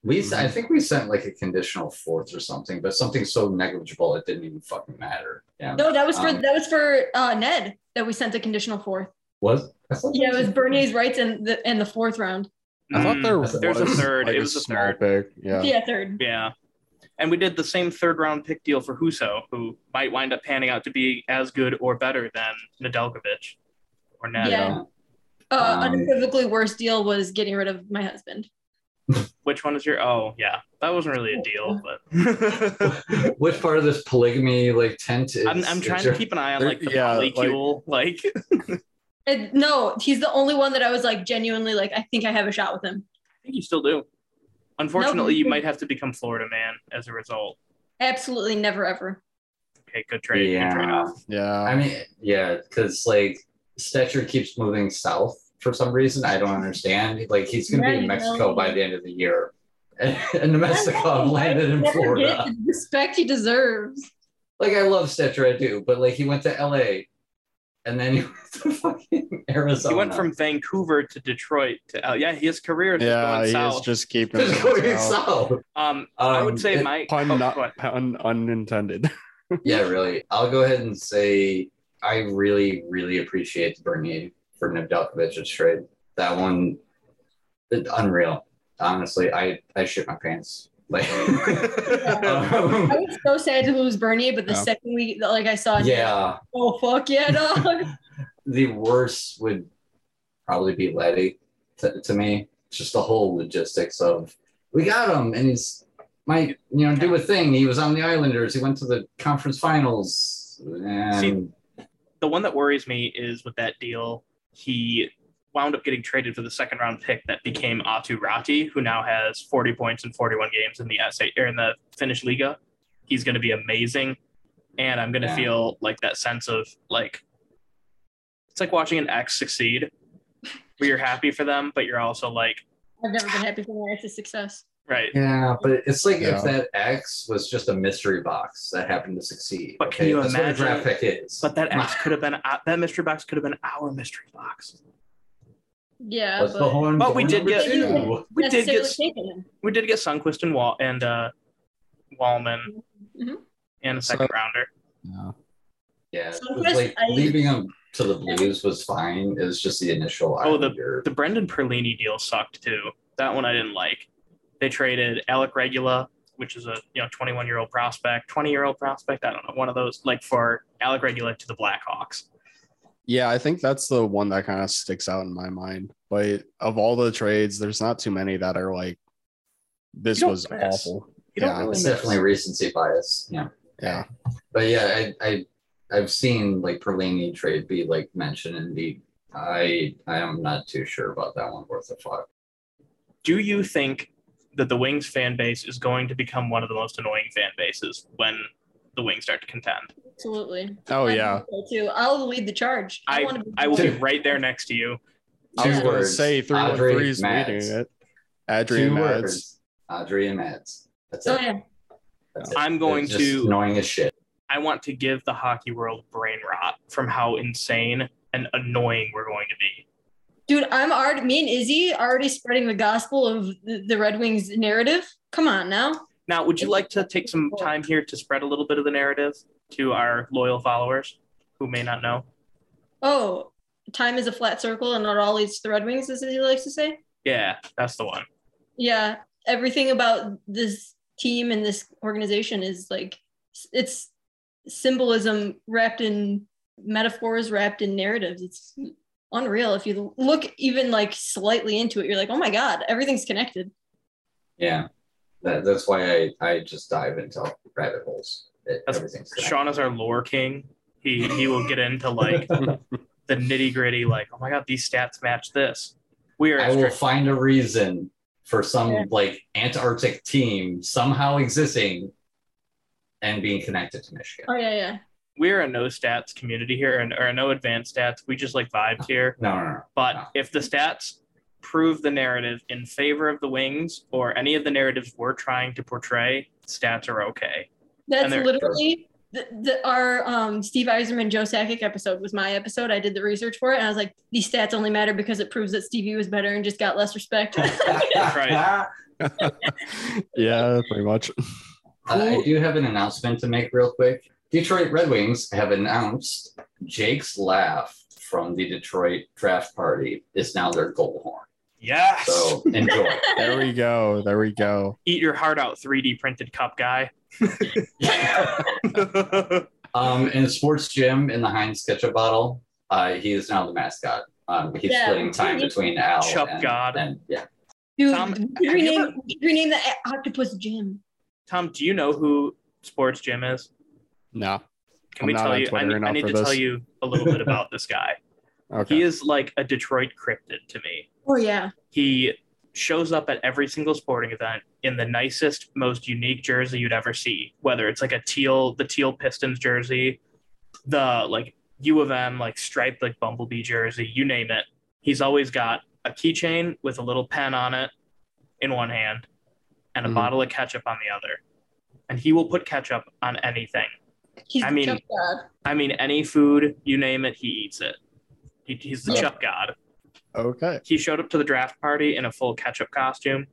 We, s- I think we sent like a conditional fourth or something, but something so negligible it didn't even fucking matter. Yeah.
No, that was for
Um,
that was for uh, Ned that we sent a conditional fourth.
Was I thought
Yeah,
that
it was Bernier's rights and the and the fourth round.
I thought
Mm,
there was
That's-
there's a third.
like,
it was a
small
third.
pick. Yeah.
Yeah, third.
Yeah. And we did the same third round pick deal for Huso, who might wind up panning out to be as good or better than Nedeljkovic or Ned,
Yeah. Uh,
Um,
unequivocally worst deal was getting rid of my husband.
Which one is your? Oh, yeah, that wasn't really a deal, but
Which part of this polygamy like tent is?
I'm, I'm
is
trying to
your-
keep an eye on like the
Yeah, like-
polycule, like
And no, he's the only one that I was like genuinely like, I think I have a shot with him.
I think you still do. Unfortunately,
Nope.
you might have to become Florida man as a result.
Absolutely never ever.
okay, good trade,
Yeah.
good trade off.
Yeah.
I mean, yeah, because like Stetcher keeps moving south for some reason. I don't understand. Like he's gonna be in
Yeah, I know.
Mexico by the end of the year, and, and
Why
Mexico landed in
does he never get
Florida.
the respect he deserves.
Like I love Stetcher, I do, but like he went to L.A. and then he went to fucking Arizona.
He went from Vancouver to Detroit to L- yeah, his career is
Yeah,
going
he's
south.
just keeping
just
it
going
out.
south.
um, I would say
it-
my
Pun
oh,
not
go ahead.
pun unintended.
yeah, really. I'll go ahead and say I really, really appreciate the Bernie for Nibdelkovich's trade. That one, it- unreal. Honestly, I I shit my pants. Like, um,
I was so sad to lose Bernie, but the
Yeah.
second week, like I saw, it,
yeah,
oh fuck yeah, dog.
the worst would probably be Letty to, to me. Just the whole logistics of we got him and he's might you know do a thing. He was on the Islanders. He went to the conference finals. And
See, The one that worries me is with that deal, he wound up getting traded for the second round pick that became Atu Rati, who now has 40 points in 41 games in the SA or in the Finnish Liga. He's going to be amazing, and I'm going to
Yeah.
feel like that sense of like it's like watching an ex succeed, where you're happy for them, but you're also like
I've never been happy for my ex's success.
right.
Yeah, but it's like
Yeah.
if that X was just a mystery box that happened to succeed.
But can you
That's
imagine-
what a draft pick is.
But that X could have been uh, that mystery box could have been our mystery box.
Yeah,
That's
but
the whole
But we did
number
get-
two.
We did
necessarily
get
taking him.
we did get Sunquist and Wall and uh, Wallman
Mhm.
and a
So-
second rounder.
Yeah.
Yeah, it
So
was
Chris,
like
I-
leaving him to the Blues was fine. It was just the initial.
Oh,
Islander.
The Brendan Perlini deal sucked too. That one I didn't like. They traded Alec Regula, which is a you know 21 year old prospect, 20 year old prospect. I don't know one of those like for Alec Regula to the Blackhawks.
Yeah, I think that's the one that kind of sticks out in my mind. But of all the trades, there's not too many that are like this
You don't
was
miss.
awful.
You don't
Yeah,
really
it's
miss-
definitely recency bias. Yeah,
Yeah.
but yeah, I, I I've seen like Perlini trade be like mentioned in the. I I am not too sure about that one worth a fuck.
Do you think that the Wings fan base is going to become one of the most annoying fan bases when the Wings start to contend?
Absolutely.
Oh
I
yeah.
think so, Too. I'll lead the charge. I, want to be.
I will be right there next to you.
I was
Two
gonna
words.
say three one
Audrey
three is
Mads.
leading it. Adrian
Two
Mads.
words. Audrey and Mads. That's
Oh
it.
yeah.
That's it.
I'm going
It's just
to-
annoying as shit.
I want to give the hockey world brain rot from how insane and annoying we're going to be.
Dude, I'm already. Me and Izzy are already spreading the gospel of the, the Red Wings narrative. Come on now.
Now, would you like to take some time here to spread a little bit of the narrative to our loyal followers who may not know?
Oh, time is a flat circle, and it all leads to the Red Wings, as Izzy likes to say.
Yeah, that's the one.
Yeah, everything about this team and this organization is like it's symbolism wrapped in metaphors, wrapped in narratives. It's unreal. If you look even like slightly into it, you're like, oh my god, everything's connected.
Yeah, that, that's why I, I just dive into rabbit holes. It,
That's-
everything's
Sean is our lore king. He he will get into like the nitty gritty, like, oh my god, these stats match this. We are
I will
strict-
find a reason for some
Yeah.
like Antarctic team somehow existing and being connected to Michigan.
Oh yeah, yeah.
we're a no stats community here and or a no advanced stats. We just like vibes here.
No, no, no.
But
Yeah.
if the stats prove the narrative in favor of the wings or any of the narratives we're trying to portray, stats are okay.
That's
And there-
literally the, the, our um, Steve Eiserman Joe Sakic episode was my episode. I did the research for it, and I was like, these stats only matter because it proves that Stevie was better and just got less respect.
right.
yeah, pretty much.
I I do have an announcement to make real quick. Detroit Red Wings have announced Jake's laugh from the Detroit draft party is now their goal horn.
Yes.
So enjoy.
There we go. There we go.
Eat your heart out, 3D printed cup guy.
Um, in sports gym in the Heinz ketchup bottle, uh, he is now the mascot. Um, he's
Yeah.
splitting time between Al
Chup
and,
God.
and yeah,
Dude,
Tom,
we
have you
could rename, we could rename the octopus Jim.
Tom, do you know who Sports Jim is?
No.
Can
I'm
we
not
tell
on
you? I
Twitter
need,
enough
I need
for
to
this.
tell you a little bit about this guy.
Okay.
He is like a Detroit cryptid to me.
Oh yeah.
He shows up at every single sporting event in the nicest, most unique jersey you'd ever see. Whether it's like a teal, the teal Pistons jersey, the like U of M like striped like bumblebee jersey, you name it. He's always got a keychain with a little pen on it in one hand and a
Mhm.
bottle of ketchup on the other. And he will put ketchup on anything.
He's
I
the
mean-
tough god.
I mean, any food, you name it, he eats it. He, he's the
Yeah.
chuck god.
Okay.
He showed up to the draft party in a full ketchup costume.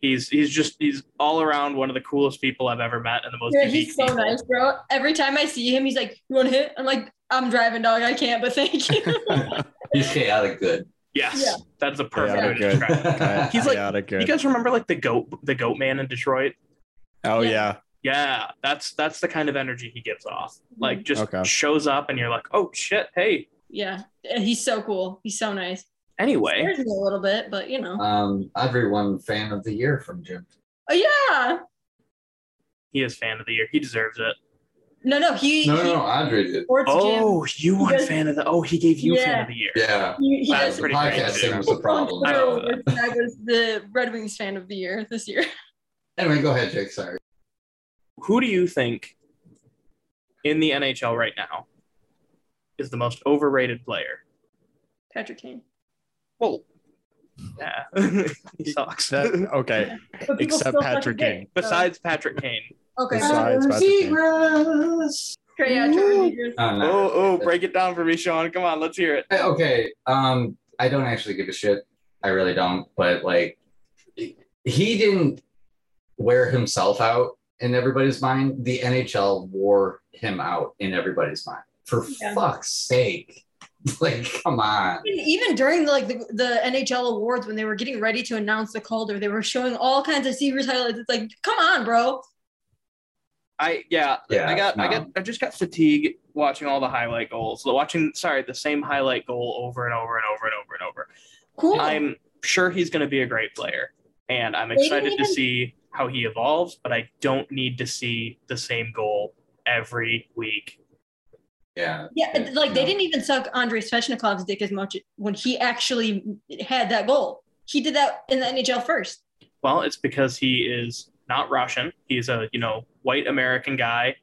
He's he's just he's all around one of the coolest people I've ever met and the most
Yeah,
unique
he's so
people.
nice, bro. Every time I see him, he's like, "You want to hit?" I'm like, "I'm driving, dog. I can't, but thank you."
He's chaotic good.
Yes,
Yeah.
that's a perfect
Yeah,
way to
good.
describe it.
Okay.
He's like-
Yeah, that good.
You guys remember like the goat the goat man in Detroit?
oh
Yeah.
yeah.
Yeah, that's that's the kind of energy he gives off.
Mm-hmm.
Like just
Okay.
shows up and you're like, oh shit, hey.
yeah, And he's so cool. He's so nice.
Anyway,
Scares me a little bit, but you know.
Um, Ivory won fan of the year from Jim.
Oh yeah.
he is fan of the year. He deserves it.
No, no, he.
No, no,
he
no, Andre did.
Sports Jam.
Oh, you won
Because-
fan of the. Oh, he gave you fan
Yeah.
of the year.
Yeah.
He, he
That's
does
the
pretty great,
podcasting
too.
was the problem.
I
I,
don't know
was the Red Wings fan of the year this year.
Anyway, go ahead, Jake. Sorry.
Who do you think in the NHL right now is the most overrated player?
Patrick Kane.
Well, yeah, he sucks.
That- okay.
But people
Except
still fucking
Patrick
did it,
Kane.
so-
Besides Patrick Kane.
okay,
Besides- Patrick
Trey, yeah, Trevor
Woo.
Zegers.
Oh, no.
Oh, oh, break it down for me, Sean. Come on, let's hear it.
Uh, okay um i don't actually give a shit i really don't but like he didn't wear himself out in everybody's mind the nhl wore him out in everybody's mind for
Yeah.
fuck's sake like come on
Even- Even during like the, the NHL awards when they were getting ready to announce the Calder, they were showing all kinds of Seavers highlights. It's like, come on, bro.
I yeah,
Yeah,
I got I
no.
got I just got fatigue watching all the highlight goals. Watching sorry, the same highlight goal over and over and over and over and over.
Cool.
I'm sure he's going to be a great player, and I'm
They didn't
excited to
even-
see how he evolves. But I don't need to see the same goal every week.
yeah
yeah, it- like they
No.
didn't even suck Andrei Sveshnikov's dick as much when he actually had that goal. He did that in the NHL first.
Well, it's because he is not Russian. He's a you know white American guy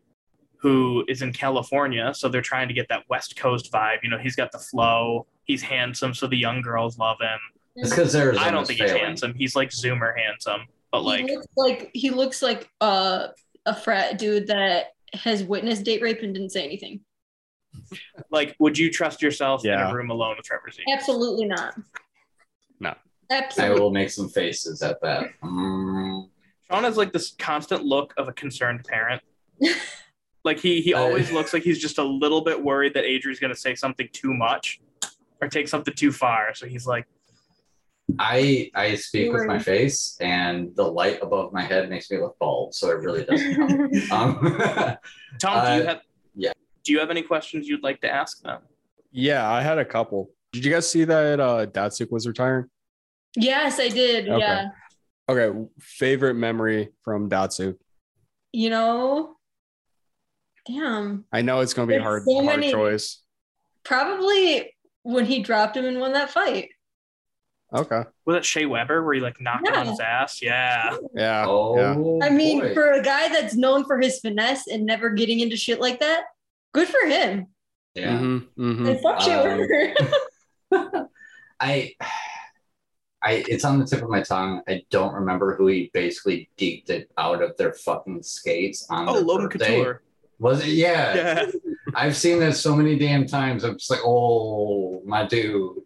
who is in California, so they're trying to get that West Coast vibe. You know, he's got the flow. He's handsome, so the young girls love him.
it's because there's
I don't think he's handsome. He's like Zoomer handsome, but like
he looks like he looks like uh, a frat dude that has witnessed date rape and didn't say anything.
like would you trust yourself in
Yeah.
a room alone with Trevor Z?
Absolutely not.
No.
i
Absolutely.
will make some faces at that Mm,
Sean has like this constant look of a concerned parent. like he he
I-
always looks like he's just a little bit worried that Adrian's gonna say something too much or take something too far. So he's like,
i i speak with
Sure.
my face and the light above my head makes me look bald so it really doesn't help um
Tom, do you
Uh,
have
yeah.
Do you have any questions you'd like to ask them?
Yeah, I had a couple. Did you guys see that uh Datsuk was retiring?
yes, I did.
Okay.
Yeah.
Okay, favorite memory from Datsuk.
You know, damn.
I know it's gonna be a
There's
hard,
so
hard
many-
choice.
Probably when he dropped him and won that fight.
Okay.
Was it Shea Weber where you like knocked him on
Yeah.
his ass? Yeah.
Yeah.
Oh,
yeah.
I mean,
boy.
for a guy that's known for his finesse and never getting into shit like that, good for him.
yeah.
Mm-hmm, mm-hmm.
And fuck shit
Um,
Weber.
I, I, it's on the tip of my tongue. I don't remember who he basically deked it out of their fucking skates on.
Oh,
their
Logan
birthday.
Couture.
Was it? Yeah.
Yeah.
I've seen that so many damn times. I'm just like, oh my dude,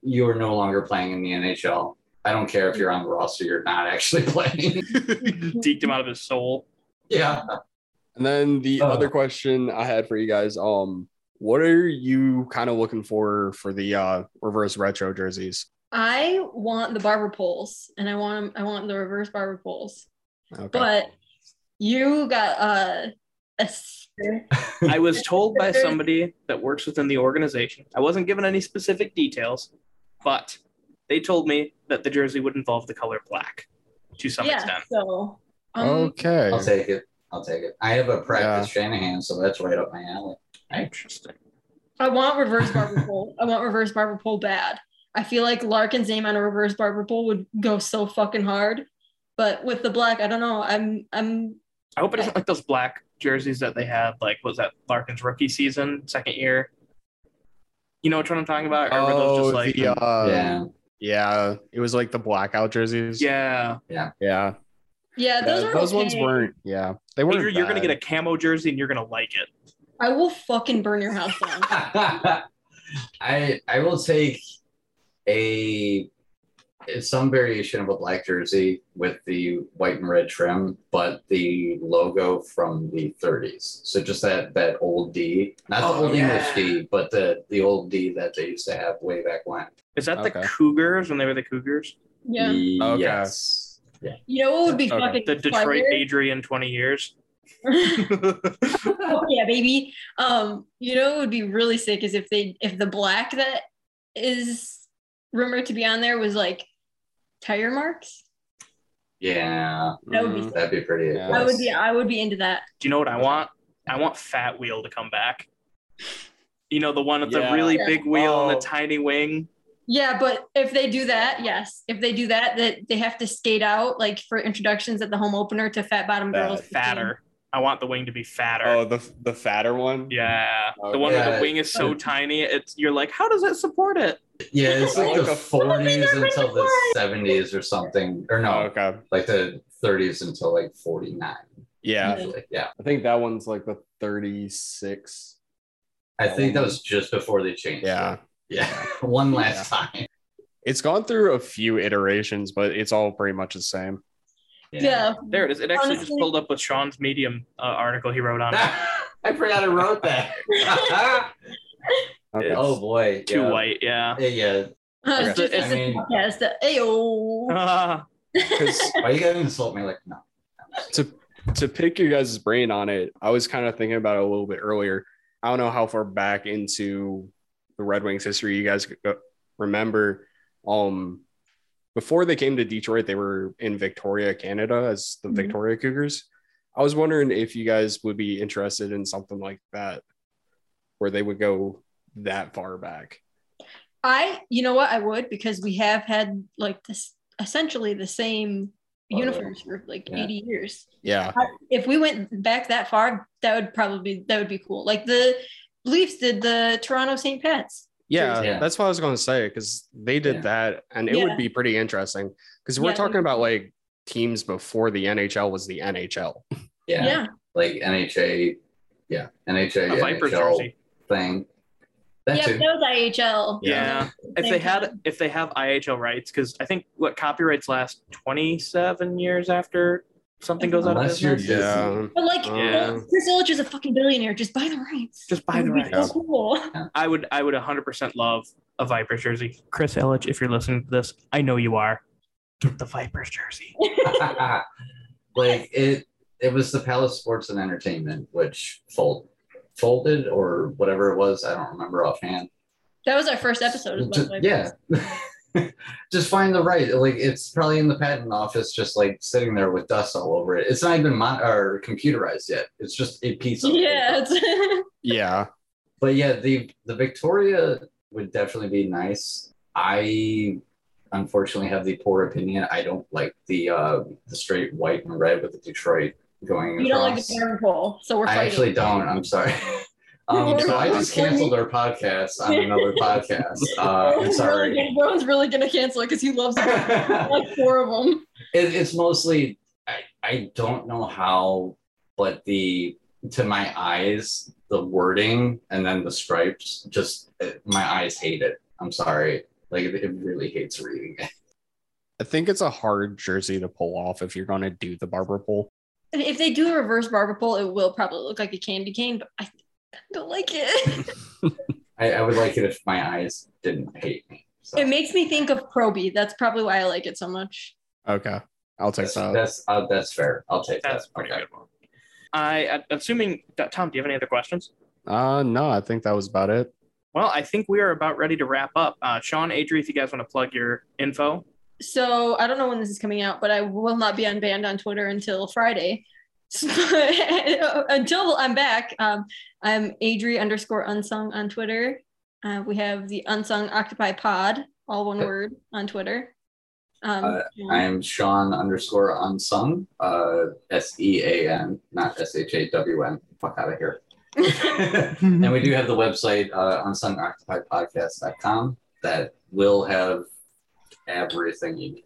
you are no longer playing in the NHL. I don't care if you're on the roster. You're not actually playing.
Deked him out of his soul.
yeah.
And then the
Oh.
other question I had for you guys, um, what are you kind of looking for for the uh reverse retro jerseys?
I want the barber poles and I want 'em- I want the reverse barber poles.
Okay.
But you got uh, a s-
I was told by somebody that works within the organization. I wasn't given any specific details, but they told me that the jersey would involve the color black to some
yeah,
extent.
so um,
okay.
I'll take it. I'll take it. I have a practice Shanahan, so that's right up my alley.
Interesting.
I want reverse barber pole. I want reverse barber pole bad. I feel like Larkin's name on a reverse barber pole would go so fucking hard. But with the black, I don't know. I'm I'm
I hope it isn't like those black jerseys that they had, like what was that Larkin's rookie season, second year. You know which one I'm talking about? Or were those just like
the, uh, yeah.
yeah.
It was like the blackout jerseys.
Yeah.
Yeah.
yeah, those
Yeah,
are
those ones
okay.
weren't. Yeah. They weren't.
Andrew, you're gonna
bad.
get a camo jersey and you're gonna like it.
I will fucking burn your house down.
I I will take a some variation of a black jersey with the white and red trim, but the logo from the 30s. So just that that old D, not the
Oh,
old
yeah.
English D, but the the old D that they used to have way back when.
Is that the
Okay.
Cougars when they were the Cougars?
Yeah,
Okay.
Yes. Yeah.
you know what would be
Okay.
fucking
The Detroit
fire?
Adrian 20 years.
oh, yeah, baby. Um, you know, it would be really sick is if they if the black that is rumored to be on there was like tire marks.
Yeah.
That would be
Mhm.
sick.
That'd be pretty.
Yeah.
I would be I would be into that.
Do you know what I want? I want Fat Wheel to come back. You know, the one with
Yeah.
the really
Yeah.
big wheel and
Oh.
the tiny wing.
Yeah, but if they do that, yes. If they do that, that they have to skate out like for introductions at the home opener to Fat Bottom
Fat-
Girls. 15.
Fatter. I want the wing to be fatter.
Oh, the the fatter one.
yeah. The one where
Oh, Yeah.
the wing is so tiny, it's you're like, how does it support it?
Yeah, it's like the
Like a-
40s until the 70s or something, or
Oh,
no,
okay.
like the 30s until like 49.
Yeah.
Like, yeah.
I think that one's like the 36.
I think that was just before they changed.
Yeah.
it. Yeah. One last time.
It's gone through a few iterations, but it's all pretty much the same.
Yeah.
There it is. It actually just
Honestly-
pulled up with Sean's Medium uh, article he wrote on it.
I forgot I wrote that.
Okay.
oh boy.
Too
yeah.
white, yeah.
Yeah, yeah.
Uh,
Okay.
it's just- it's
I
a
mean-
podcast. Uh, ayo.
Uh-huh.
Ah,
'Cause
Why you gotta insult me like no?
to to pick your guys' brain on it, I was kind of thinking about it a little bit earlier. I don't know how far back into the Red Wings history you guys go- remember. Um, before they came to Detroit, they were in Victoria, Canada, as the
Mhm.
Victoria Cougars. I was wondering if you guys would be interested in something like that, where they would go that far back.
I, you know what, I would because we have had like this essentially the same
Oh, yeah.
uniforms for like
Yeah.
80 years.
Yeah,
If we went back that far, that would probably be that would be cool. Like the Leafs did the Toronto St. Pat's.
Yeah,
Yeah.
that's what I was going to say because they did
Yeah.
that, and it
Yeah.
would be pretty interesting because we're
Yeah.
talking about like teams before the NHL was the NHL.
Yeah.
yeah.
Like NHA. Yeah. NHA.
a Viper
NHL
jersey.
thing. That
yeah,
too.
but that was IHL.
Yeah. If they
Thank
had
you.
if they have IHL rights, because I think what copyrights last twenty seven years after something goes out of
Unless you're
business.
Disney.
Yeah,
But like
Yeah.
Chris Illich is a fucking billionaire. Just buy the rights.
Just buy
It
the
would be so
rights.
cool.
I would I would hundred percent love a Viper jersey. Chris Illich, if you're listening to this, I know you are. Get the Vipers jersey.
like it it was the Palace Sports and Entertainment, which fold, folded or whatever it was, I don't remember offhand.
That was our first episode. As well,
Ju- yeah. just find the right. Like it's probably in the patent office, just like sitting there with dust all over it. It's not even mon- or computerized yet. It's just a piece of
Yeah.
paper.
it's-
yeah,
But yeah, the the Victoria would definitely be nice. I unfortunately have the poor opinion. I don't like the uh the straight white and red with the Detroit going
you don't like
across.
the barber pole, so we're
I
fighting.
actually don't. I'm sorry. Um, so I just canceled our podcast on another podcast. Uh, I'm
Rowan's
sorry.
Really gonna, Rowan's really gonna cancel it because he loves like four of them.
it, it's mostly I, I don't know how but the to my eyes the wording and then the stripes just it, my eyes hate it i'm sorry like it, it really hates reading it
I think it's a hard jersey to pull off if you're going to do the barber pole.
If- If they do a reverse barber pole, it will probably look like a candy cane, but I don't like it.
i, I would like it if my eyes didn't hate me so
it makes me think of Proby. That's probably why I like it so much.
Okay, I'll take
that's
that.
that's, uh, that's fair i'll take
That's a
that
pretty good one. I I'm assuming Tom, do you have any other questions?
Uh, no, I think that was about it.
Well, I think we are about ready to wrap up. Uh, Sean, Adri, if you guys want to plug your info,
So I don't know when this is coming out, but I will not be unbanned on Twitter until Friday. until I'm back, um, I'm Adri underscore unsung on Twitter. Uh, we have the unsung octopi pod, all one word on Twitter. Um,
Uh, I am Sean underscore unsung. Uh, S E A N, not S H A W N. Fuck out of here. and we do have the website, uh, unsungoccupiedpodcast.com, that will have everything you need.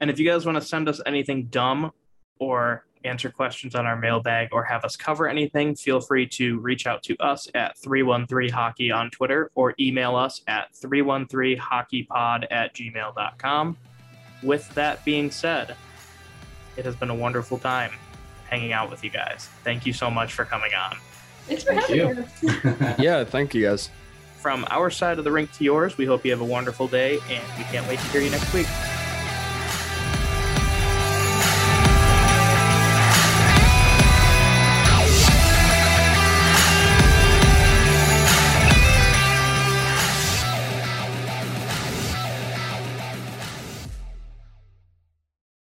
And if you guys want to send us anything dumb or answer questions on our mailbag or have us cover anything, feel free to reach out to us at 313 hockey on Twitter or email us at 313 hockeypod at gmail.com. With that being said, it has been a wonderful time hanging out with you guys. Thank you so much for coming on.
Thanks for
Thank
having
you.
us.
Yeah, thank you guys.
From our side of the rink to yours, we hope you have a wonderful day and we can't wait to hear you next week.